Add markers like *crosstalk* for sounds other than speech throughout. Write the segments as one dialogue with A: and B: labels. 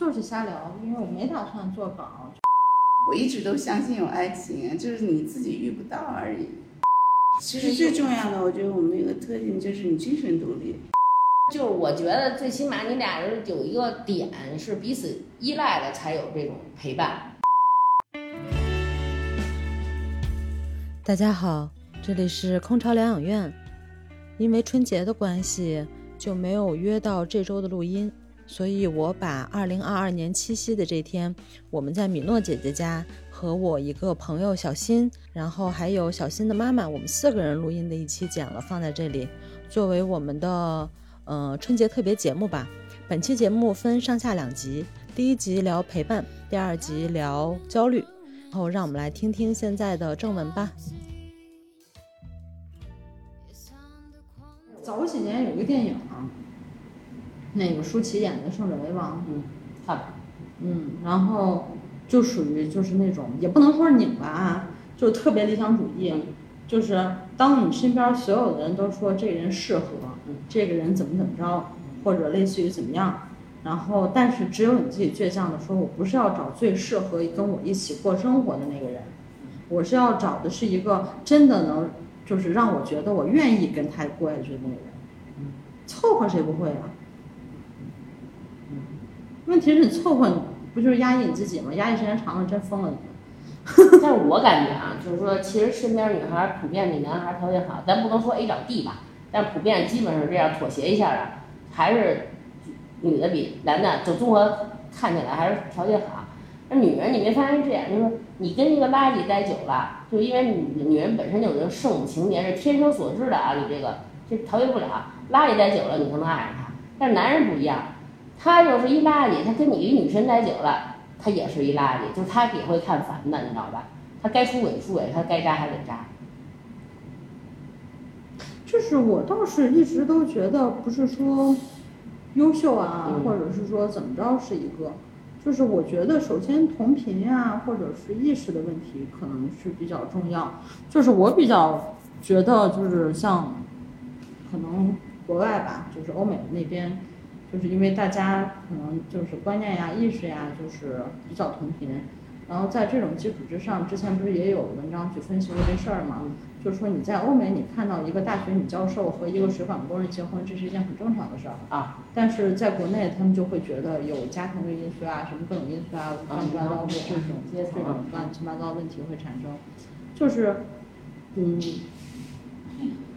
A: 就是瞎聊，因为我没打算做稿。
B: 我一直都相信有爱情，就是你自己遇不到而已。其实最重要的，我觉得我们有个特性就是你精神独立。
C: 就是我觉得最起码你俩人有一个点是彼此依赖的，才有这种陪伴。
D: 大家好，这里是空巢疗养院。因为春节的关系，就没有约到这周的录音，所以我把2022年七夕的这天，我们在米诺姐姐家和我一个朋友小新，然后还有小新的妈妈，我们四个人录音的一期剪了，放在这里，作为我们的。呃，春节特别节目吧。本期节目分上下两集，第一集聊陪伴，第二集聊焦虑。然后让我们来听听现在的正文吧。
A: 早几年有一个电影，啊那个舒淇演的《胜者为王》，
C: 嗯，好的， *laughs*
A: 嗯，然后就属于就是那种也不能说是拧巴啊，就是特别理想主义。
C: 嗯
A: 就是当你身边所有的人都说这个人适合，
C: 嗯
A: 这个人怎么怎么着，或者类似于怎么样，然后但是只有你自己倔强的说，我不是要找最适合跟我一起过生活的那个人，
C: 嗯
A: 我是要找的是一个真的能，就是让我觉得我愿意跟他过下去的那个人。
C: 嗯
A: 凑合谁不会啊？问题是你凑合，你不就是压抑你自己吗？压抑时间长了，真疯了你。
C: 但是我感觉啊，就是说，其实身边女孩儿普遍比男孩儿条件好，咱不能说 A 找 D 吧，但普遍基本上这样妥协一下的，还是女的比男的就综合看起来还是条件好。那女人你没发现这样，就是你跟一个垃圾待久了，就因为女女人本身有这个圣母情节是天生所致的啊，你这个这逃避不了，垃圾待久了你才能爱上他。但是男人不一样，他就是一垃圾，他跟你一女神待久了，他也是一垃圾，就是他也会看烦的，你知道吧？他该出轨出轨，他该渣还得渣。
A: 就是我倒是一直都觉得，不是说优秀啊，
C: 嗯
A: 或者是说怎么着是一个，就是我觉得首先同频啊，或者是意识的问题可能是比较重要。就是我比较觉得，就是像可能国外吧，就是欧美那边，就是因为大家可能就是观念呀、意识呀，就是比较同频。然后在这种基础之上，之前不是也有文章去分析过这事儿吗？就是说你在欧美，你看到一个大学女教授和一个水管工人结婚，这是一件很正常的事儿。
C: 啊，
A: 但是在国内，他们就会觉得有家庭的因素啊，什么各种因素啊，乱七八糟的这种这种
C: 啊
A: 乱七八糟的问题会产生，就是，嗯，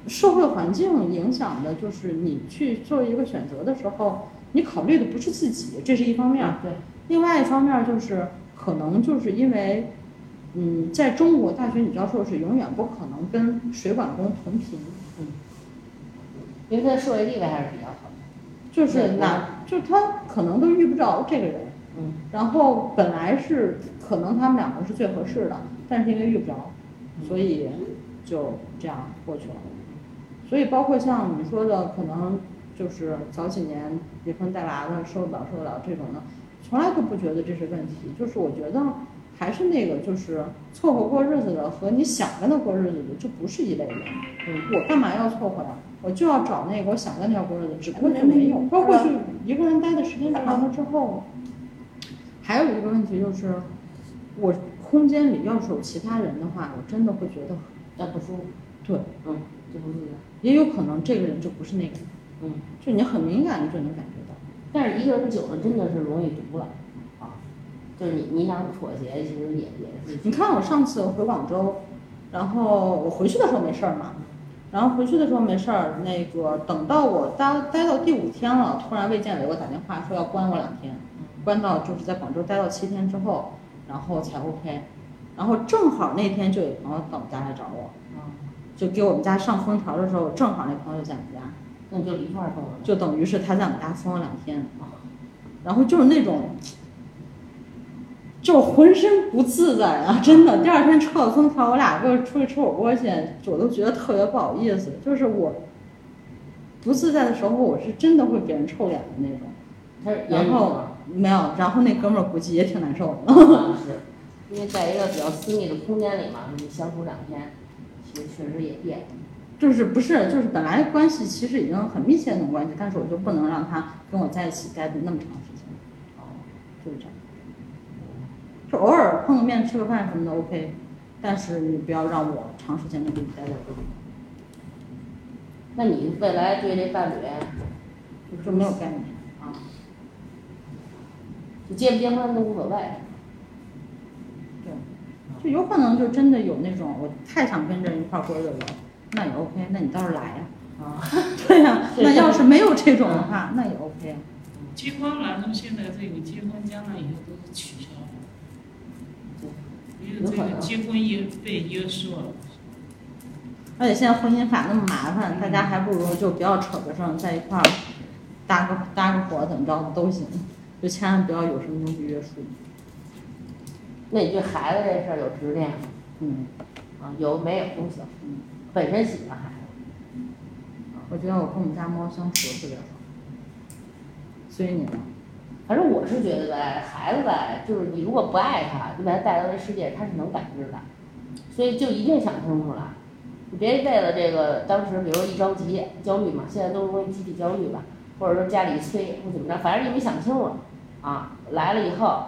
A: 社会环境影响的，就是你去做一个选择的时候，你考虑的不是自己，这是一方面。
C: 啊对，
A: 另外一方面就是，可能就是因为，嗯，在中国大学女教授是永远不可能跟水管工同频，
C: 因为他的社会地位还是比较好的。
A: 就是
C: 对
A: 哪，就她可能都遇不着这个人。
C: 嗯，
A: 然后本来是可能他们两个是最合适的，但是因为遇不着，所以就这样过去了。所以包括像你说的，可能就是早几年离婚带娃的，受不了受不了这种的，从来都不觉得这是问题。就是我觉得还是那个，就是凑合过日子的和你想跟他过日子的就不是一类人。
C: 嗯，
A: 我干嘛要凑合呀？我就要找那个我想跟他过日子，只不过就没有。包括就一个人待的时间长了之后，还有一个问题就是，我空间里要是有其他人的话，我真的会觉得
C: 那不舒服。
A: 对，
C: 嗯，这不是一样。
A: 也有可能这个人就不是那个人，
C: 嗯，
A: 就你很敏感，你就能感觉到。
C: 但是一个人久了真的是容易毒了，啊，就是你你想妥协，其实也也是。
A: 你看我上次回广州，然后我回去的时候没事儿嘛，然后回去的时候没事儿，那个等到我待待到第五天了，突然卫健委给我打电话说要关我两天，关到就是在广州待到七天之后，然后才 OK，然后正好那天就有朋友到我家来找我，
C: 啊
A: 就给我们家上封条的时候，正好那朋友就在我们家，
C: 那你就一块儿疯了。
A: 就等于是他在我们家封了两天，啊然后就是那种，就浑身不自在啊，真的。第二天吃了封条，我俩就出去吃火锅去，我都觉得特别不好意思。就是我不自在的时候，我是真的会给人臭脸的那种。
C: 他是
A: 然后 *laughs*
C: 啊
A: 没有，然后那哥们儿估计也挺难受的。
C: 是，因为在一个比较私密的空间里嘛，你相处两天，其实确实也别扭。
A: 就是不是就是本来关系其实已哦经很密切的那种关系，但是我就不能让他跟我在一起待的那么长时间。就是这样。就偶尔碰个面吃个饭什么的 OK，但是你不要让我长时间的给你待在这里，
C: 那你未来对这伴侣，
A: 就没有概念啊。
C: 你结不结婚都无所谓，
A: 对，就有可能就真的有那种我太想跟这人一块儿过日子了，那也 OK，那你倒是来呀、
C: 啊，
A: *laughs* 对呀、
C: 对
A: 那要是没有这种的话，那也 OK 啊。
E: 结婚了，那么现在这个结婚将来以后都是取消了，因为这个结婚也被约束了。
A: 而且现在婚姻法那么麻烦，大家还不如就不要扯着上在一块儿搭个搭个伙，怎么着的都行，就千万不要有什么东西约束。
C: 那你对孩子这事儿有执念吗？
A: 嗯，
C: 啊，有没有都行，
A: 嗯
C: 本身喜欢孩子。
A: 我觉得我跟我们家猫相处得特别好。所以你呢？
C: 反正我是觉得吧，孩子吧，就是你如果不爱他，你把他带到这世界，他是能感知的，所以就一定想清楚了。你别为了这个，当时比如说一着急焦虑嘛，现在都容易集体焦虑吧，或者说家里催或怎么着，反正你没想清楚啊，来了以后，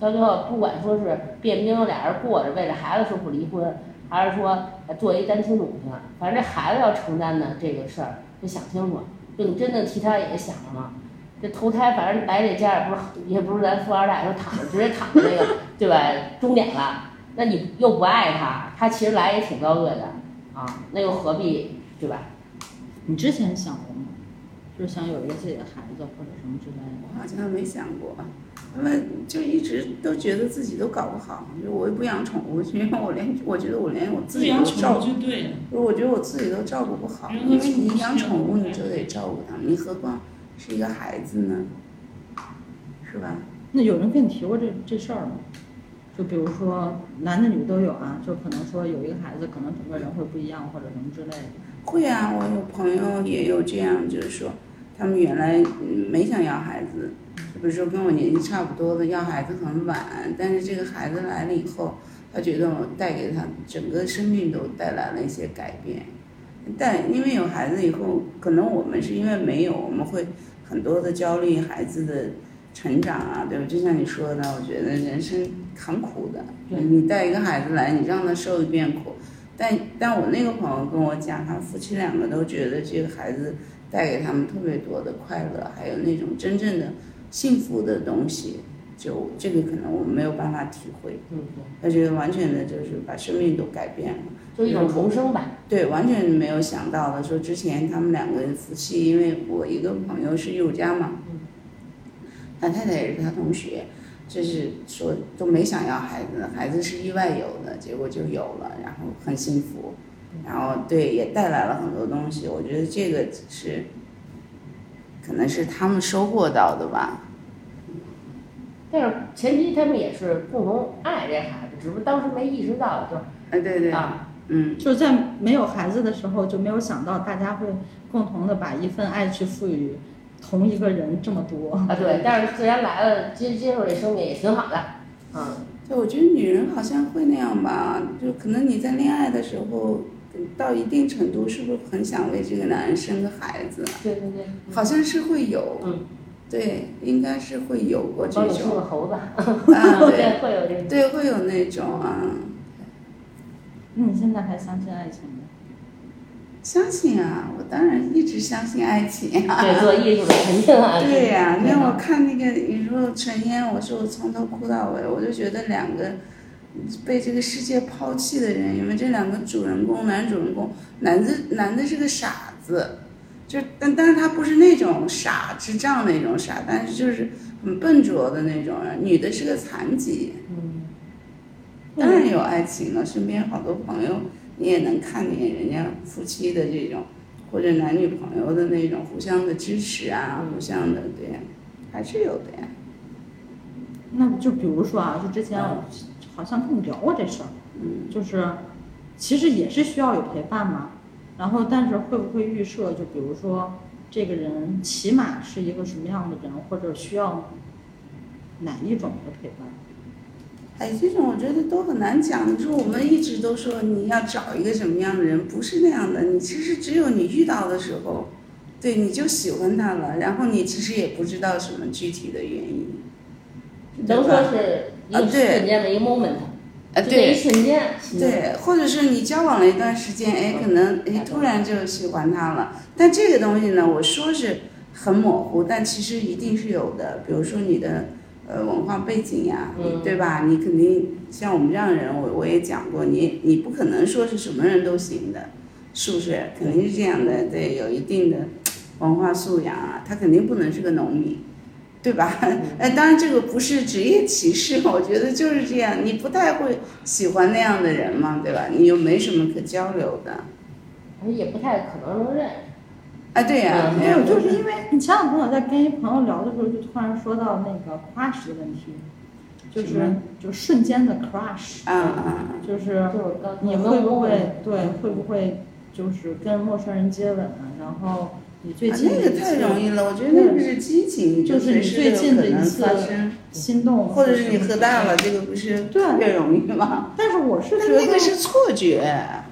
C: 到最后不管说是变兵俩人过着，为了孩子说不离婚，还是说呃做一单亲母亲，反正这孩子要承担的这个事儿，就想清楚，就你真的替他也想了。这投胎，反正来这家也不是也不是咱富二代，就躺着直接躺着那个，对吧？终点了，那你又不爱他，他其实来也挺遭罪的啊，那又何必对吧？
A: 你之前想过吗？就是想有一个自己的孩子或者什么之类的。
B: 我好像没想过，那么就一直都觉得自己都搞不好，就我又不养宠物，因为我连我觉得我连我自
E: 自
B: 己
E: 养
B: 都
E: 宠
B: 照
E: 物
B: 顾，
E: 就对了，
B: 不是我觉得我自己都照顾不好，
E: 嗯
B: 因为你养宠物你就得照顾它们，你何况是一个孩子呢，是吧？
A: 那有人跟你提过这这事儿吗？就比如说男的女都有啊，就可能说有一个孩子，可能整个人会不一样或者什么之类的。
B: 会啊，我有朋友也有这样，就是说，他们原来嗯没想要孩子，就比如说跟我年纪差不多的，要孩子很晚，但是这个孩子来了以后，他觉得我带给他整个生命都带来了一些改变。但因为有孩子以后，可能我们是因为没有，我们会很多的焦虑孩子的成长啊，对吧？就像你说的，我觉得人生很苦的，
C: 对
B: 你带一个孩子来，你让他受一遍苦，但但我那个朋友跟我讲，他夫妻两个都觉得这个孩子带给他们特别多的快乐，还有那种真正的幸福的东西，就这个可能我们没有办法体会。
C: 嗯，
B: 他觉得完全的就是把生命都改变了，
C: 对，就一种重生吧。
B: 对，完全没有想到的。说之前他们两个人夫妻，因为我一个朋友是艺术家嘛，他太太也是他同学，就是说都没想要孩子，孩子是意外有的，结果就有了，然后很幸福，然后对也带来了很多东西。我觉得这个是，可能是他们收获到的吧。
C: 但是前提他们也是共同爱这孩子，只不过当时没意识到，就
B: 哎，对对，
C: 啊，
B: 嗯，
A: 就在没有孩子的时候，就没有想到大家会共同的把一份爱去赋予同一个人这么多。
C: 啊对。但是既然来了，接接受这生命也挺好的，嗯，
B: 对，我觉得女人好像会那样吧，就可能你在恋爱的时候，到一定程度，是不是很想为这个男人生个孩子？啊
C: 对对对，
B: 好像是会有，
C: 嗯，
B: 对，应该是会有过这
C: 帮你生个
B: 种，
C: 猴子，
B: 啊，对，
C: *laughs* 会有这种。
B: 对，会有那种啊，
A: 那你现在还相信爱情吗？
B: 相信啊，我当然一直相信爱情啊。
C: 对，做艺术的肯定啊。
B: 对呀、
C: 对
B: 那
C: 啊
B: 我看那个你说陈烟，我说我从头哭到尾，我就觉得两个被这个世界抛弃的人，你们这两个主人公，男主人公，男的男的是个傻子，就但但是他不是那种傻智障那种傻，但是就是很笨拙的那种人，女的是个残疾，
C: 嗯，
B: 当然有爱情了，身边好多朋友你也能看见人家夫妻的这种，或者男女朋友的那种互相的支持啊，互相的对呀，还是有的呀。
A: 那就比如说啊，就之前我好像跟你聊过这事儿，
B: 嗯，
A: 就是其实也是需要有陪伴嘛。然后，但是会不会预设，就比如说这个人起码是一个什么样的人，或者需要哪一种的陪伴？
B: 哎，这种我觉得都很难讲。你说我们一直都说你要找一个什么样的人，不是那样的。你其实只有你遇到的时候，对你就喜欢他了，然后你其实也不知道什么具体的原因。
C: 能说是一
B: 啊
C: 个
B: 对
C: 瞬间的一个 moment，
B: 啊，
C: 就那一
B: 对
C: 瞬间，
B: 对，或者是你交往了一段时间，哎，可能哎突然就喜欢他了，但这个东西呢，我说是很模糊，但其实一定是有的，比如说你的呃文化背景呀、
C: 嗯
B: 对吧？你肯定像我们这样的人，我我也讲过，你你不可能说是什么人都行的，是不是？肯定是这样的，对，有一定的文化素养啊，他肯定不能是个农民，对吧？
C: 嗯
B: *laughs* 呃，当然这个不是职业歧视， *laughs* 我觉得就是这样，你不太会喜欢那样的人嘛，对吧？你又没什么可交流的，
C: 而且哎也不太可能能认识。
B: 啊，对呀、
C: 嗯
A: 没
B: 没有
A: 有，就
B: 就是是
A: 因为你前两天我在跟一朋友聊的时候，就突然说到那个 crush 的问题，就
B: 什
A: 是
B: 么
A: 就瞬间的 crush，
B: 啊啊，
A: 就是
C: 就是我刚
A: 你
C: 有没有
A: 会不
C: 摸过
A: 会对会不会就是跟陌生人接吻啊？然后你最
B: 啊
A: 近
B: 那
A: 的
B: 个
A: 一
B: 太
A: 次
B: 容易了，我觉得那个是激情，
A: 就是
B: 随
A: 你
B: 时
A: 最
B: 都有
A: 近的
B: 可
A: 一
B: 能
A: 次
B: 发生，
A: 心动，
B: 或者是你喝大了，这个不是
A: 对
B: 特别容易吗？
A: 但是我是
B: 但
A: 觉得
B: 那个是错觉，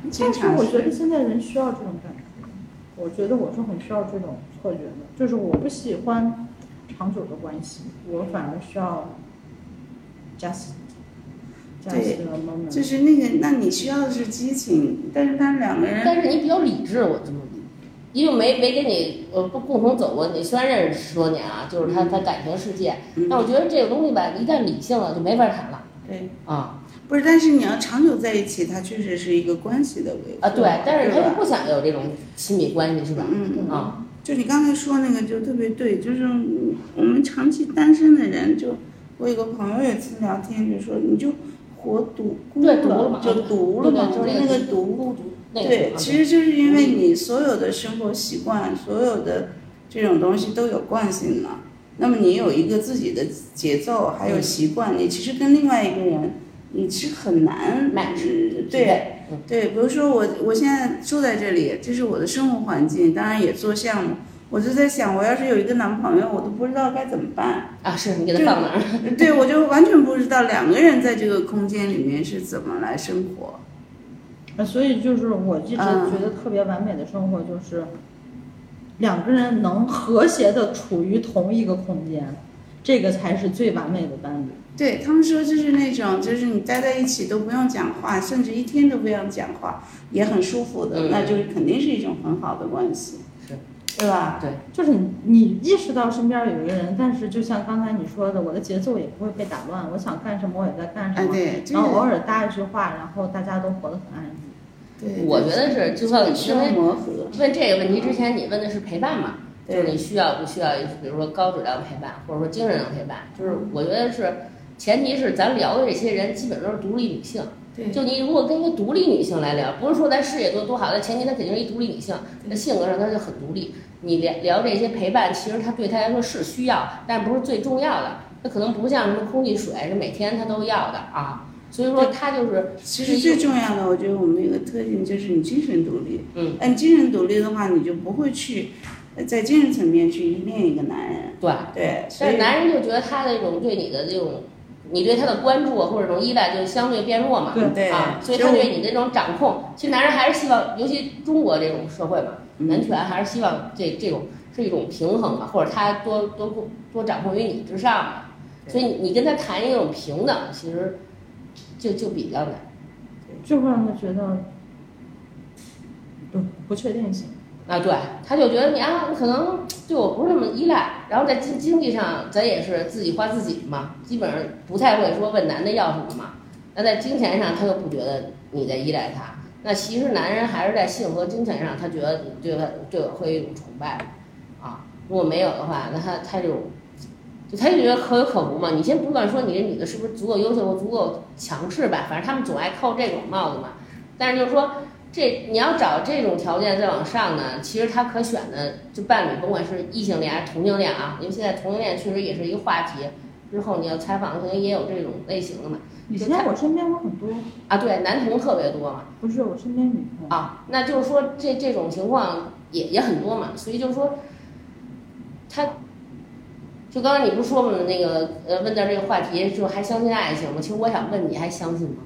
B: 经
A: 但是
B: 常
A: 我
B: 是
A: 觉得现在人需要这种感觉，我觉得我是很需要这种错觉的，就是我不喜欢长久的关系，我反而需要 just just
B: 对
A: a moment。
B: 就是那个，那你需要的是激情，但是他两个人，
C: 但是你比较理智，我这么理，因为没没跟你呃不共同走过，你虽然认识十多年啊，就是他他感情世界，
B: 嗯
C: 但我觉得这个东西吧，一旦理性了就没法谈了
B: 对，
C: 啊
B: 不是，但是你要长久在一起，它确实是一个关系的维护
C: 啊对，但是
B: 对
C: 他
B: 嗯
C: 又
B: 吧
C: 不想有这种亲密关系是吧？
B: 嗯嗯
C: 啊，
B: 就你刚才说那个就特别对，就是我们长期单身的人就，我有个朋友有一次聊天就说，你就活独孤
C: 对独了嘛
B: 嗯就独了嘛，
C: 对
B: 就那
C: 就是是那个
B: 个独。
C: 孤独那个嗯
B: 对
C: 啊，
B: 其实就是因为你所有的生活习惯，所有的这种东西都有惯性了。那么你有一个自己的节奏，还有
C: 嗯
B: 习惯，你其实跟另外一个人，你是很难
C: Match
B: 嗯对，对，比如说我我现在住在这里，这是我的生活环境，当然也做项目。我就在想，我要是有一个男朋友，我都不知道该怎么办。
C: 啊，是你给他放哪儿？
B: 对，我就完全不知道两个人在这个空间里面是怎么来生活。
A: 呃所以就是我一直
B: 嗯
A: 觉得特别完美的生活就是两个人能和谐的处于同一个空间，这个才是最完美的伴侣。
B: 对他们说，就是那种，就是你待在一起都不用讲话，甚至一天都不用讲话，也很舒服的，
C: 嗯
B: 那就是肯定是一种很好的关系，
C: 是，
B: 对吧？
A: 就是你你意识到身边有一个人，但是就像刚才你说的，我的节奏也不会被打乱，我想干什么我也在干什
B: 哎，
A: 么，
B: 对，这
A: 然后偶
B: 个
A: 尔搭一句话，然后大家都活得很安逸。
B: 对，
C: 我觉得是，就像你
B: 需
C: 因
B: 要
C: 为
B: 磨合，
C: 问这个问题之前，你问的是陪伴嘛？就是
B: 对
C: 你需要不需要，比如说高质量陪伴，或者说精神上陪伴，就是我觉得是，前提是咱聊的这些人基本都是独立女性。
B: 对，
C: 就你如果跟一个独立女性来聊，不是说咱事业多多好，但前提她肯定是一独立女性，那性格上她就很独立。你聊聊这些陪伴，其实她对她来说是需要，但不是最重要的。她可能不像什么空气水是每天她都要的啊，所以说她就是
B: 其实最重要的，我觉得我们有个特性就是你精神独立。
C: 嗯，
B: 按精神独立的话，你就不会去呃在精神层面去依恋一个男人。
C: 对。
B: 对，所
C: 但
B: 以
C: 是男人就觉得他的这种对你的这种，你对他的关注啊，或者这种依赖就相对变弱嘛，
A: 对
B: 对
C: 啊，所以
B: 所以
C: 他
B: 我
C: 对你的这种掌控，其实男人还是希望，尤其中国这种社会嘛，
B: 嗯
C: 男权还是希望这这种是一种平衡嘛，或者他多多多掌控于你之上嘛，所以你跟他谈一种平等，其实就就比较难。
A: 就会让他觉得不不确定性。
C: 啊，对，他就觉得你啊，可能对我不是那么依赖，然后在经经济上，咱也是自己花自己嘛，基本上不太会说问男的要什么嘛。那在金钱上，他又不觉得你在依赖他。那其实男人还是在性和金钱上，他觉得你对他对我会有一种崇拜，啊，如果没有的话，那他他就就他就觉得可有可无嘛。你先不管说你这女的是不是足够优秀、足够强势吧，反正他们总爱扣这种帽子嘛。但是就是说，这你要找这种条件再往上呢，其实他可选的就伴侣，甭管是异性恋还是同性恋啊，因为现在同性恋确实也是一个话题。之后你要采访，可能也有这种类型的嘛。
A: 以前我身边有很多，
C: 啊，对，男同特别多嘛。
A: 不是我身边女
B: 嗯
A: 朋友，
C: 啊，那就是说这这种情况也也很多嘛，所以就是说，他，就刚刚你不是说嘛，那个呃，问到这个话题，就还相信爱情吗？其实我想问你，还相信吗？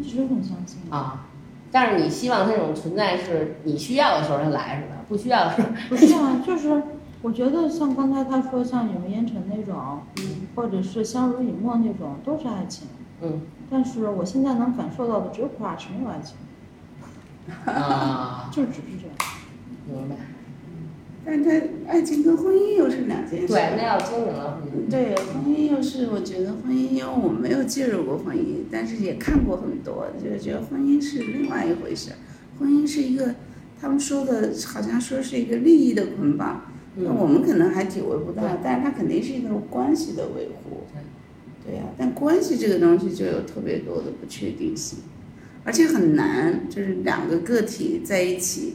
A: 一直很相信，
C: 啊，但是你希望它这种存在是你需要的时候它来是吧？不需要的时候，
A: 不是啊，就是我觉得像刚才他说像有烟尘那种，
C: 嗯
A: 或者是相濡以沫那种，都是爱情。
C: 嗯。
B: *laughs*
A: 但是我现在能感受到的只有苦海，没有爱情，
C: 啊，
A: 就只是这样。
C: 明白。
B: 但他爱情跟婚姻又是两件事。
C: 对，那要经历了嗯婚姻，
B: 对，婚姻又是我觉得婚姻，因为我没有介入过婚姻，但是也看过很多，就是觉得婚姻是另外一回事。婚姻是一个，他们说的好像说是一个利益的捆绑，那、
C: 嗯
B: 我们可能还体会不到
C: 对，
B: 但是它肯定是一个关系的维护。对呀、但关系这个东西就有特别多的不确定性，而且很难，就是两个个体在一起，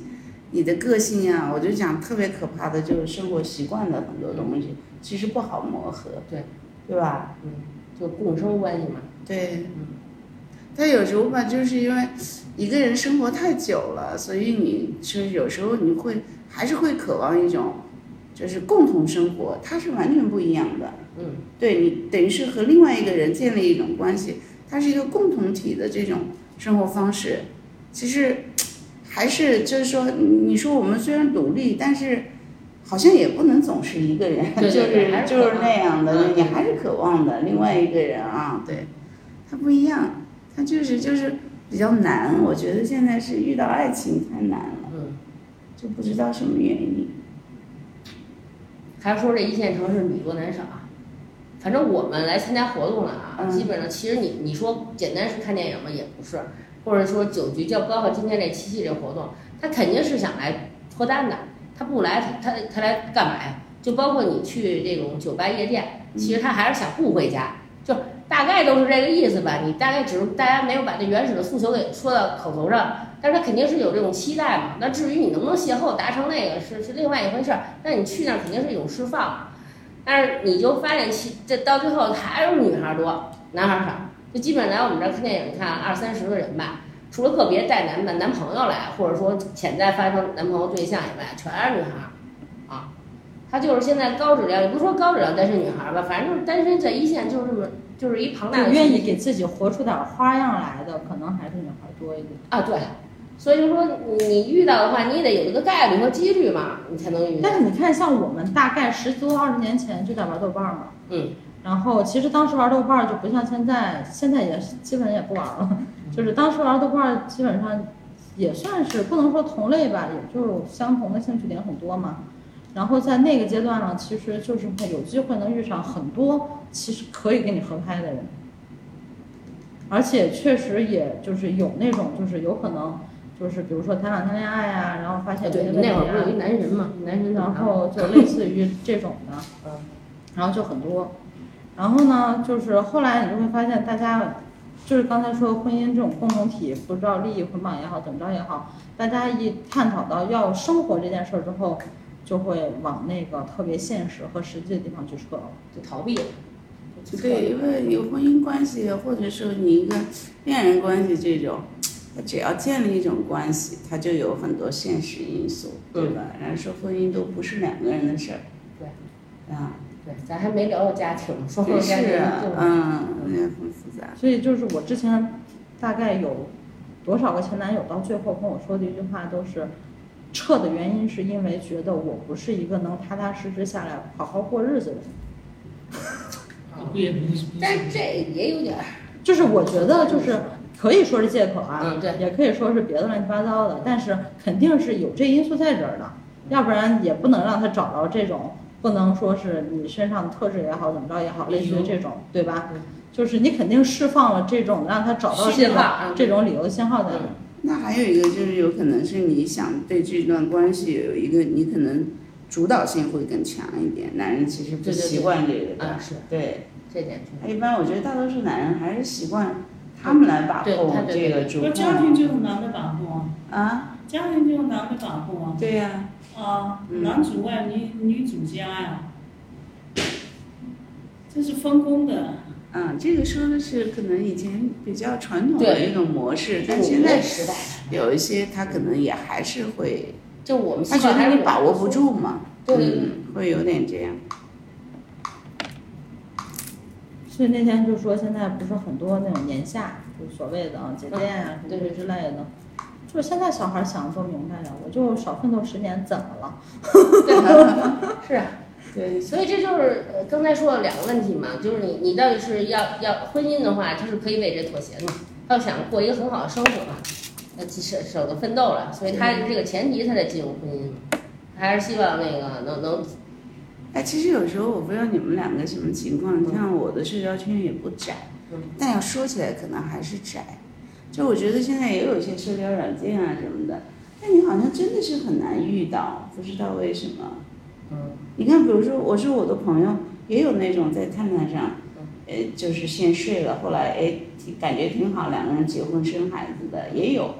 B: 你的个性呀、我就讲特别可怕的就是生活习惯的很多东西，其实不好磨合。
C: 对，
B: 对吧？
C: 嗯就共生关系嘛。
B: 对，但有时候吧，就是因为一个人生活太久了，所以你就是有时候你会还是会渴望一种，就是共同生活，它是完全不一样的。
C: 嗯，
B: 对你等于是和另外一个人建立一种关系，它是一个共同体的这种生活方式。其实还是就是说，你说我们虽然独立，但是好像也不能总是一个人，
C: 对对对还是
B: 就是就是
C: 渴望
B: 那样的，
C: 嗯
B: 你还是渴望的另外一个人啊，对，他不一样，他就是就是比较难，我觉得现在是遇到爱情太难了，
C: 嗯，
B: 就不知道什么原因。
C: 还说这一线城市女多男少啊，反正我们来参加活动了啊，
B: 嗯
C: 基本上其实你你说简单是看电影嘛，也不是，或者说酒局，就包括今天这七夕这活动，他肯定是想来脱单的，他不来他他来干嘛呀？就包括你去这种酒吧夜店，其实他还是想不回家，就大概都是这个意思吧。你大概只是大家没有把这原始的诉求给说到口头上，但是他肯定是有这种期待嘛。那至于你能不能邂逅达成那个是是另外一回事儿，那你去那儿肯定是一种释放嘛。但是你就发现其这到最后还是女孩儿多，男孩儿少，就基本上来我们这儿看电影看二三十个人吧。除了个别带男的男朋友来，或者说潜在发生男朋友对象以外，全是女孩儿，啊，她就是现在高质量，也不是说高质量单身女孩儿吧，反正就是单身在一线就是这么就是一庞大的
A: 就愿意给自己活出点花样来的，可能还是女孩多一点。
C: 啊，对，所以就说你你遇到的话，你也得有一个概率和几率嘛，你才能遇到
A: 但。是你看，像我们大概十多二十年前就在玩豆瓣儿嘛，
C: 嗯，
A: 然后其实当时玩豆瓣儿就不像现在，现在也是基本也不玩了，
C: 嗯
A: 就是当时玩豆瓣儿基本上也算是不能说同类吧，也就相同的兴趣点很多嘛。然后在那个阶段呢，其实就是会有机会能遇上很多其实可以跟你合拍的人，而且确实也就是有那种就是有可能就是比如说谈两天恋爱啊，然后发现有
C: 对，
A: 些
C: 你
A: 问题
C: 那会儿
A: 啊
C: 不是有一男神嘛，男神怎么
A: 然
C: 着
A: 后就类似于这种的，
C: 嗯，
A: 然后就很多，然后呢，就是后来你就会发现，大家就是刚才说婚姻这种共同体，不知道利益捆绑也好，怎么着也好，大家一探讨到要生活这件事儿之后，就会往那个特别现实和实际的地方去扯了。
C: 就逃避了。
B: 对，因为有婚姻关系，或者说你一个恋人关系这种，它只要建立一种关系，它就有很多现实因素，对吧？
C: 嗯
B: 然后说婚姻都不是两个人的事儿，对，
C: *laughs*
B: 啊，
C: 对，咱还没聊到家庭，双方
B: 也
C: 家庭
B: 是啊
C: 就，
B: 嗯，那很复杂。
A: 所以就是我之前大概有多少个前男友到最后跟我说的一句话都是。撤的原因是因为觉得我不是一个能踏踏实实下来好好过日子的人，
E: 不也不是，
C: 但是这也有点儿，
A: 就是我觉得就是可以说是借口啊，
C: 嗯对
A: 也可以说是别的乱七八糟的，但是肯定是有这因素在这儿的，要不然也不能让他找到这种，不能说是你身上的特质也好，怎么着也好，类似于这
C: 哎
A: 种，对吧？就是你肯定释放了这种让他找
C: 嗯
A: 到这
C: 信
A: 种
C: 号嗯
A: 这种理由的信号在
C: 嗯
A: 哪儿。
B: 那还有一个就是，有可能是你想对这段关系有一个，你可能主导性会更强一点。男人其实不
C: 对对对
B: 习惯这个
C: 啊
B: 的，
C: 是
B: 对。
C: 这点确实。
B: 一般我觉得大多数男人还是习惯他们来把
C: 对
B: 控
C: 他对
B: 这个
C: 对
B: 主
E: 那家庭
B: 控
E: 就是男的把控啊，
B: 啊，
E: 家庭就是男的把控啊，
B: 对呀、
E: 啊，
B: 嗯
E: 男主外女女主家呀、这是分工的。
B: 嗯，这个说的是可能以前比较传统的
C: 对
B: 一种模式，
C: 这
B: 但
C: 是我
B: 现
C: 们
B: 在
C: 的时代，
B: 有一些他可能也还是会，
C: 就我们
B: 他觉得你把握不，住嘛，
C: 对对对
B: 嗯，会有点这样，
A: 所以那天就说，现在不是很多那种年下，就所谓的啊姐姐呀、
C: 嗯
A: 什么之类的，就是现在小孩想的都明白了，我就少奋斗十年怎么了？
C: *laughs* 对，是啊，
B: 对，
C: 所以这就是呃刚才说的两个问题嘛，就是你你到底是要要婚姻的话，就是可以为之妥协的嘛；要想过一个很好的生活嘛，那其实舍得奋斗了，所以他这个前提他得进入婚姻嘛，还是希望那个能能
B: 哎，其实有时候我不知道你们两个什么情况，你像我的社交圈也不窄
C: 嗯，
B: 但要说起来可能还是窄。就我觉得现在也有一些社交软件啊什么的，但你好像真的是很难遇到，不知道为什么。
C: 嗯，
B: 你看，比如说，我说我的朋友也有那种在探探上
C: 嗯，
B: 呃，就是先睡了，后来哎，挺感觉挺好，两个人结婚生孩子的也有，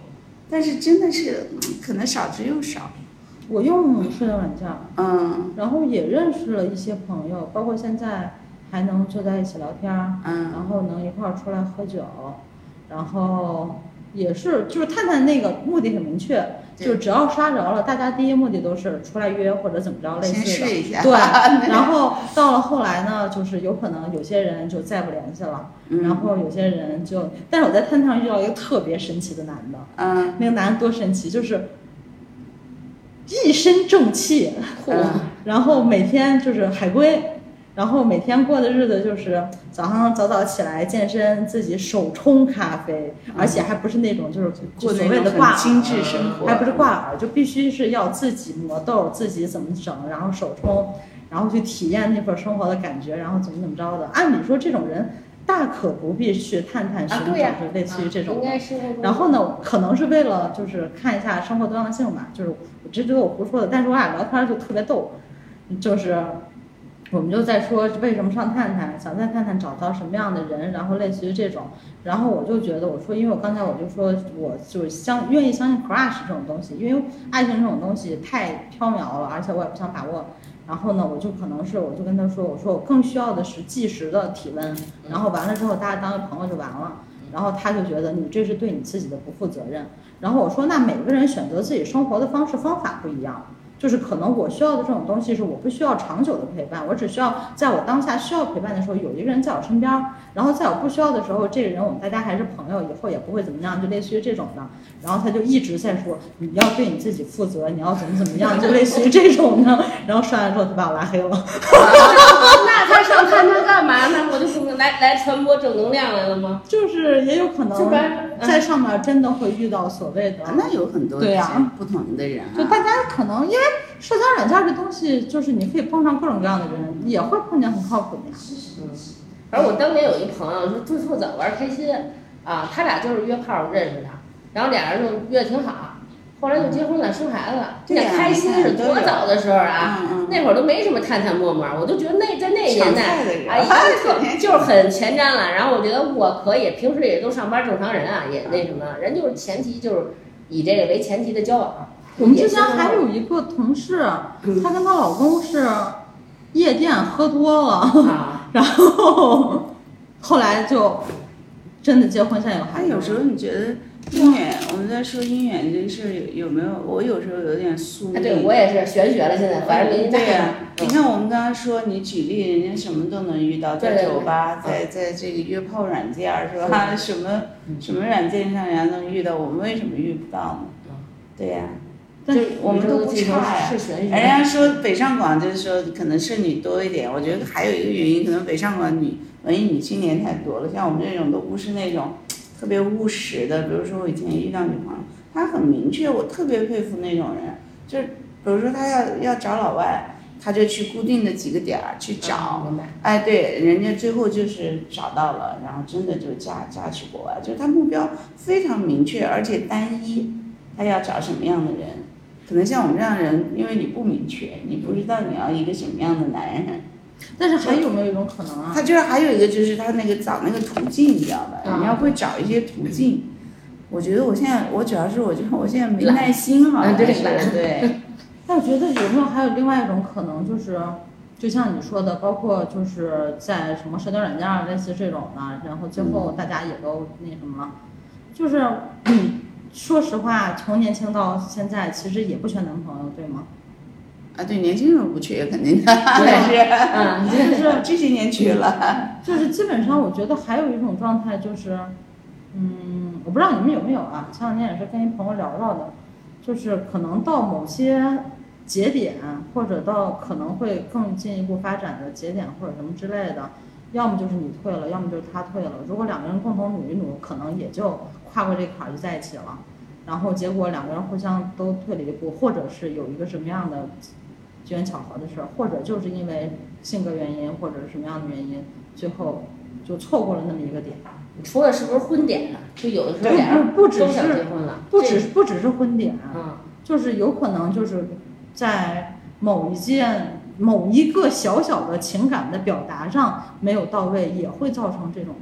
B: 但是真的是嗯可能少之又少。
A: 我用社交软件，
B: 嗯
A: 然后也认识了一些朋友，包括现在还能坐在一起聊天儿，
B: 嗯
A: 然后能一块儿出来喝酒，然后也是就是探探那个目的很明确，
B: 对
A: 就只要刷着了，大家第一目的都是出来约或者怎么着类
B: 先
A: 似的。
B: 试一下。 *laughs*
A: 对，然后到了后来呢，就是有可能有些人就再不联系了，
B: 嗯
A: 然后有些人就，但是我在探探上遇到一个特别神奇的男的，
B: 嗯，
A: 那个男的多神奇，就是一身正气，啊
B: 嗯
A: 然后每天就是海归，然后每天过的日子就是早上早早起来健身，自己手冲咖啡，
C: 嗯
A: 而且还不是那种就是
B: 过
A: 就
B: 那
A: 所谓
B: 种
A: 的
B: 很
A: 挂
B: 精
A: 耳。
B: 致生活，
A: 还不是挂耳，就必须是要自己磨豆，自己怎么整，然后手冲，然后去体验那份生活的感觉，然后怎么怎么着的。按理说这种人大可不必去探探寻
C: 啊
A: 找，
C: 对呀啊
A: 就类似于这种
C: 应
A: 的。
C: 该是那种哦
A: 然后呢，可能是为了就是看一下生活多样性吧，就是我这都是我胡说的，但是我俩聊天就特别逗，就是我们就在说为什么上探探，想在探探找到什么样的人，然后类似于这种，然后我就觉得我说，因为我刚才我就说我就是相愿意相信 crush 这种东西，因为爱情这种东西太缥缈了，而且我也不想把握。然后呢，我就可能是我就跟他说，我说我更需要的是计时的体温，然后完了之后大家当个朋友就完了。然后他就觉得你这是对你自己的不负责任。然后我说，那每个人选择自己生活的方式方法不一样，就是可能我需要的这种东西是我不需要长久的陪伴，我只需要在我当下需要陪伴的时候有一个人在我身边儿，然后在我不需要的时候，这个人我们大家还是朋友，以后也不会怎么样，就类似于这种的。然后他就一直在说你要对你自己负责，你要怎么怎么样，就类似于这种的。然后刷完之后，他把我拉黑了。
C: 那他上探探干嘛呢？我就不能来来传播正能量来了吗？
A: 就是也有可
C: 这
A: 能
C: 边
A: 在上面真的会遇到所谓的
B: 啊那有很多
A: 对呀
B: 不同的人
A: 就
B: 啊，
A: 大家可能因为社交软件这东西，就是你可以碰上各种各样的人，也会碰见很靠谱的呀。
C: 而我当年有一朋友是最后早玩开心啊，他俩就是约炮认识的，然后俩人就约得挺好，后来就结婚了，生孩子了。
B: 对
C: 那
B: 呀
C: 开心是多早的时候啊！
B: 嗯嗯，
C: 那会儿都没什么探探陌陌，我就觉得那在那个年代，
B: 抢菜的人 *laughs*
C: 哎呀，特就是很前瞻了。然后我觉得我可以，平时也都上班正常人啊，也那什么，人就是前提就是以这个为前提的交往。
A: 我们之前还有一个同事，她跟她老公是夜店喝多了，
C: 啊，
A: 然后后来就真的结婚，现在有孩
B: 但
A: 子。
B: 有时候你觉得姻缘，
C: 啊
B: 我们在说姻缘这事儿有有没有？我有时候有点疏
C: 啊
B: 离。
C: 对我也是玄学了，现在反正没
B: 对呀、
C: 嗯
B: 你看我们刚刚说，你举例，人家什么都能遇到，在
C: 对对
B: 酒吧，
C: 对
B: 在在这个约炮软件儿是吧？ *laughs* 什么什么软件上人家能遇到，我们为什么遇不到呢
C: 嗯？
B: 对呀、
A: 但
B: 就我们都不
C: 这
B: 差
C: 种
B: 哎呀、
C: 是玄
B: 人
C: 学。
B: 家说北上广就是说可能剩女多一点，我觉得还有一个原因，可能北上广女文艺女青年太多了，像我们这种都不是那种特别务实的。比如说我以前遇到女朋友，她很明确，我特别佩服那种人，就是比如说她要要找老外，她就去固定的几个点儿去找，
C: 明白。
B: 哎，对，人家最后就是找到了，然后真的就嫁嫁去国外，就是他目标非常明确，而且单一，他要找什么样的人。可能像我们这样的人，因为你不明确，你不知道你要一个什么样的男人。
A: 但是还有没有一种可能啊？
B: 他就是还有一个就是他那个找那个途径，你知道吧？你要会找一些途径。我觉得我现在，我主要是我觉得我现在没
C: 懒
B: 耐心好像
C: 嗯对
B: 是
C: 懒
B: 对，
A: 但我觉得有没有还有另外一种可能，就是就像你说的，包括就是在什么社交软件啊，类似这种的，然后最后大家也都那什么了，就是 *clears throat* 你说实话，从年轻到现在，其实也不缺男朋友，对吗？
B: 啊对，年轻人不缺肯定的，但
C: 嗯，
A: 就是
B: 是这些年缺了。
A: 就是基本上，我觉得还有一种状态就是，嗯，我不知道你们有没有啊？前两天也是跟一朋友聊到的，就是可能到某些节点，或者到可能会更进一步发展的节点或者什么之类的，要么就是你退了，要么就是他退了。如果两个人共同努一努，可能也就跨过这坎儿就在一起了。然后结果两个人互相都退了一步，或者是有一个什么样的机缘巧合的事儿，或者就是因为性格原因或者什么样的原因，最后就错过了那么一个点。
C: 除了是不是婚点了，就有的时候
A: 对
C: 俩人
A: 不不只
C: 都想
A: 是
C: 结婚了，
A: 不
C: 这
A: 只是不只是婚点，啊
C: 嗯，
A: 就是有可能就是在某一件、某一个小小的情感的表达上没有到位，也会造成这种。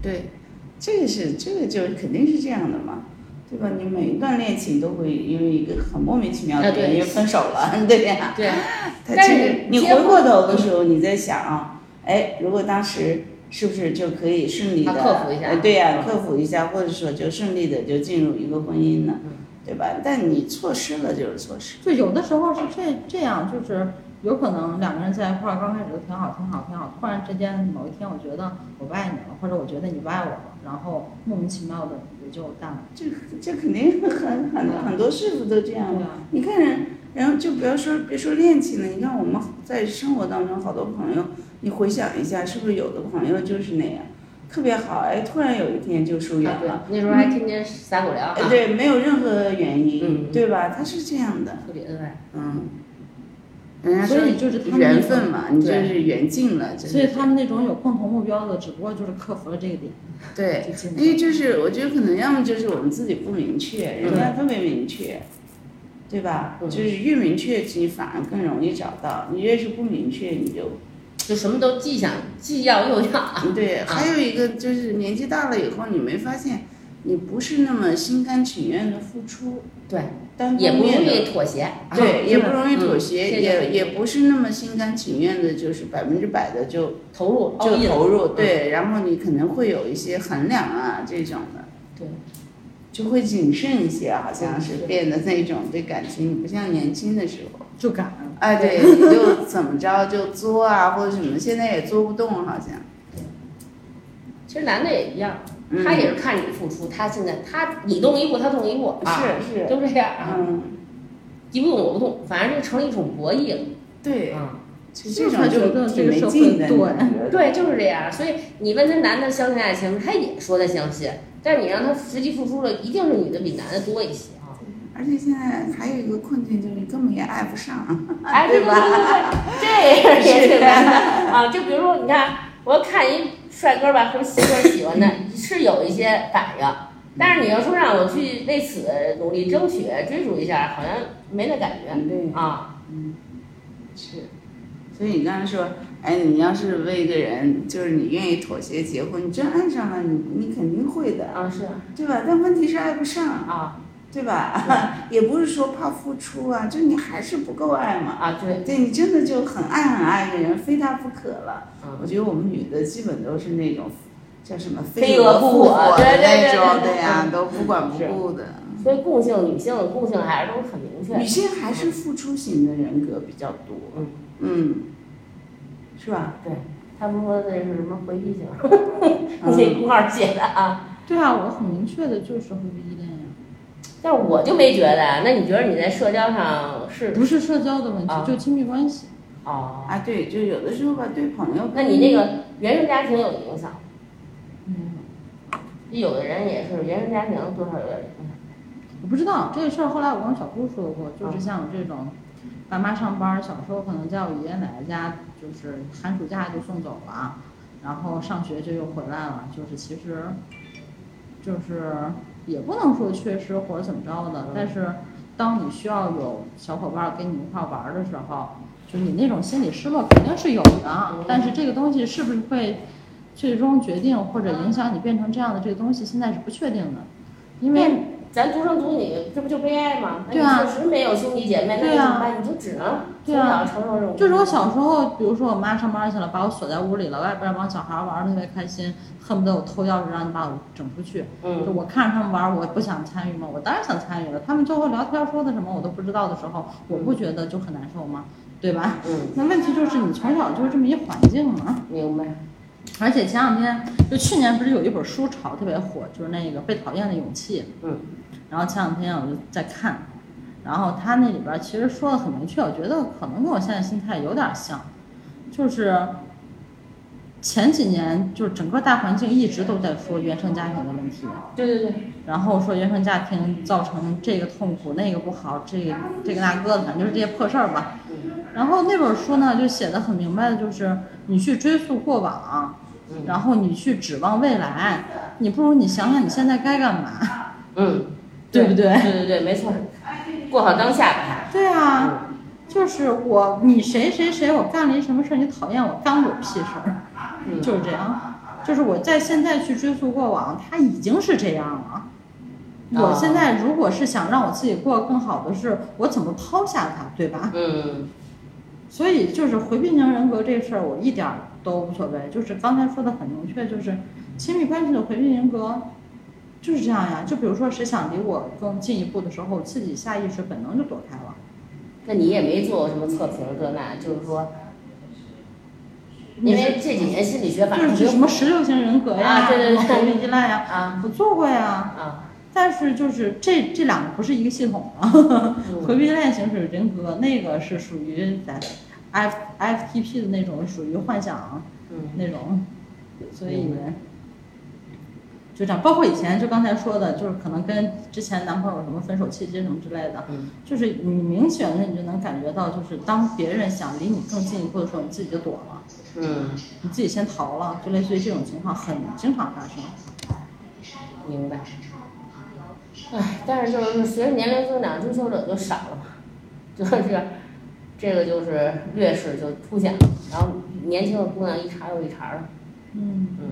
B: 对，这个是这个就是肯定是这样的嘛，对吧？你每一段恋情都会因为一个很莫名其妙
C: 啊
B: 的
C: 对
B: 原因分手了，对呀、
C: 对，
B: 他
C: 但
B: 其
C: 是
B: 实你回
C: 结婚
B: 过头的时候，你在想，哎，如果当时是不是就可以顺利的呃
C: 啊克服一下嗯
B: 对呀、克服一下，或者说就顺利的就进入一个婚姻呢，
C: 嗯
B: 对吧？但你错失了就是错失，
A: 就有的时候是这这样，就是有可能两个人在一块儿，刚开始都挺好，挺好，挺好，突然之间某一天，我觉得我不爱你了，或者我觉得你不爱我了，然后莫名其妙的也就淡了。
B: 这这肯定很很
C: 嗯
B: 很多事不都这样
A: 对
B: 吗？
A: 啊
B: 你看人，然后就不要说别说恋情了，你看我们在生活当中好多朋友，你回想一下，是不是有的朋友就是那样，特别好，哎，突然有一天就疏远
C: 啊对
B: 了，，
C: 那时候还天天撒狗粮啊
B: 哎、
C: 哈，
B: 对，没有任何原因，
C: 嗯
B: 对吧？他是这样的，
C: 特别恩爱，
B: 嗯，人家
A: 所
B: 说
A: 以就是他们
B: 缘分嘛，你就
C: 对
B: 是缘尽了，就是
A: 所以他们那种有共同目标的，只不过就是克服了这个点。
B: 对。
A: 就进去了
B: 因为就是，我觉得可能要么就是我们自己不明确，人家特别明确，对吧？
C: 嗯
B: 就是越明确，你反而更容易找到；你越是不明确，你就
C: 就什么都既想既要又要，啊
B: 对。还有一个就是年纪大了以后，你没发现你不是那么心甘情愿的付出，
C: 对，
B: 单
C: 也
B: 方
C: 不容
B: 面
C: 易
B: 的，
C: 妥协，
B: 对，也不容易
C: 嗯
B: 妥协，
C: 这就
B: 也
C: 很
B: 也不是那么心甘情愿的，就是百分之百的就
A: 哦
C: 投入嗯
B: 就
C: all in
B: 哦投
A: 嗯
B: 入，对，然后你可能会有一些衡量啊这种的，
C: 对，
B: 就会谨慎一些，啊好
A: 嗯
B: 像是
C: 是
B: 变得那种对感情不像年轻的时候，
A: 就敢，
B: 哎，对，你就怎么着就作啊或者什么，现在也作不动，好像，
C: 其实男的也一样，
B: 嗯
C: 他也是看你付出，他现在他你动一步，他动一步，啊，
B: 是是，
C: 都这样啊，
B: 嗯，
C: 你不动我不动，反正就成了一种博弈了
B: 对，
C: 啊。
B: 其实这种
A: 嗯就是他觉得
B: 就
A: 这
B: 挺
A: 个
B: 没
A: 社会
B: 劲的，
A: 对
B: 你觉得
C: 对，就是这样。所以你问他男的相信爱情，他也说他相信，但是你让他实际付出了，一定是女的比男的多一些啊。
B: 而且现在还有一个困境就是你根本也爱不上，啊
C: 哎，对
B: 对
C: 对对
B: 吧
C: 对对，这也挺难的啊。就比如说，你看，我要看一帅哥吧，或者媳妇儿喜欢的，是有一些反应，但是你要说让我去为此努力争取追逐一下，好像没那感觉
A: 嗯
B: 对
C: 啊。
B: 是，所以你刚才说，哎，你要是为一个人，就是你愿意妥协结婚，你真爱上了，你你肯定会的，
C: 啊，是啊
B: 对吧？但问题是爱不上，
C: 啊
B: 对吧？ *laughs* 也不是说怕付出啊，就你还是不够爱嘛。
C: 啊，对，
B: 对你真的就很爱很爱一个人，非他不可了。
C: 嗯
B: 我觉得我们女的基本都是那种叫什么
C: 飞蛾
B: 蛾
C: 扑
B: 扑
C: 火
B: 火的
C: 对对
B: 那
C: 对
B: 种，
C: 对
B: 对呀、
C: 嗯
B: 都不管不
C: 是
B: 顾的。
C: 所以共性女性的共性还是都很明确。
B: 女性还是付出型的人格比较多，
C: 嗯
B: 嗯，是吧？
C: 对，他们说那是什么回避
A: *laughs*
C: 型，
A: 嗯
C: 那公号写的啊。
A: 对啊，我很明确的就是回避依恋呀。
C: 但是我就没觉得啊，那你觉得你在社交上是
A: 不是社交的问题
C: 啊，
A: 就亲密关系。
C: 哦？
B: 啊，对，就有的时候吧，对朋友，
C: 那你那个原生家庭有影响吗？
A: 嗯，
C: 有的人也是原生家庭多少有点影响。
A: 我不知道这个事儿，后来我跟小姑说过，就是像我这种，爸妈上班，小时候可能在我爷爷奶奶家，就是寒暑假就送走了，然后上学就又回来了，就是其实，就是也不能说缺失或者怎么着的，但是当你需要有小伙伴儿跟你一块儿玩儿的时候，就是你那种心理失落肯定是有的，但是这个东西是不是会最终决定或者影响你变成这样的这个东西，现在是不确定的，因为。
C: 咱独生独女，这不就悲哀吗？那
A: 对啊
C: 你确实没有兄弟姐妹，那
A: 对
C: 你怎
A: 啊
C: 么办？你就只能从
A: 对啊
C: 小承受这种。
A: 就是我小时候，比如说我妈上班去了，把我锁在屋里了，外边帮小孩玩的特别开心，恨不得我偷钥匙让你把我整出去。就
C: 嗯，
A: 我看着他们玩，我不想参与吗？我当然想参与了。他们最后聊天说的什么我都不知道的时候，我不觉得就很难受吗？对吧？
C: 嗯，
A: 那问题就是你从小就是这么一环境嘛。
C: 明白。
A: 而且前两天就去年不是有一本书炒得特别火，就是那个《被讨厌的勇气》。
C: 嗯。
A: 然后前两天我就在看，然后他那里边其实说的很明确，我觉得可能跟我现在心态有点像，就是前几年就是整个大环境一直都在说原生家庭的问题，
C: 对对对，
A: 然后说原生家庭造成这个痛苦，那个不好，这个这个那个的，反正就是这些破事儿吧。然后那本书呢，就写的很明白的，就是你去追溯过往，
C: 嗯
A: 然后你去指望未来，你不如你想想你现在该干嘛， *laughs*
C: 嗯，
A: 对不对？
C: 对对对，没错，过好当下吧。
A: 对啊，就是我你谁谁谁，我干了一什么事儿，你讨厌我，干我屁事儿， *laughs*
C: 嗯
A: 就是这样。就是我在现在去追溯过往，它已经是这样了。我
C: 啊
A: 现在如果是想让我自己过得更好的是，我怎么抛下它，对吧？
C: 嗯，
A: 所以就是回避型人格这事儿，我一点儿都无所谓。就是刚才说的很明确，就是亲密关系的回避人格就是这样呀。就比如说谁想离我更进一步的时候，我自己下意识本能就躲开了。
C: 那你也没做过什么测评这那，就是说，
A: 你
C: 因
A: 是
C: 为这几年心理学法
A: 就是
C: 特别
A: 什么十六型人格呀，
C: 啊对对对
A: 什么回避依赖呀，
C: 啊
A: 不做过呀。
C: 啊，
A: 但是就是这这两个不是一个系统的，
C: 嗯
A: 回避依赖型属于人格，那个是属于咱 F F T P 的那种，属于幻想
C: 嗯
A: 那种，所以
C: 明白
A: 就这样。包括以前就刚才说的，就是可能跟之前男朋友有什么分手契机什么之类的，
C: 嗯
A: 就是你明显的你就能感觉到，就是当别人想离你更进一步的时候，你自己就躲了。
C: 嗯，
A: 你自己先逃了，就类似于这种情况很经常发生。
C: 明白。唉，但是就是随着年龄增长，追求者就少了嘛， *laughs* 就是这个就是劣势就凸显了，然后年轻的姑娘一茬又一茬的，
A: 嗯
C: 嗯，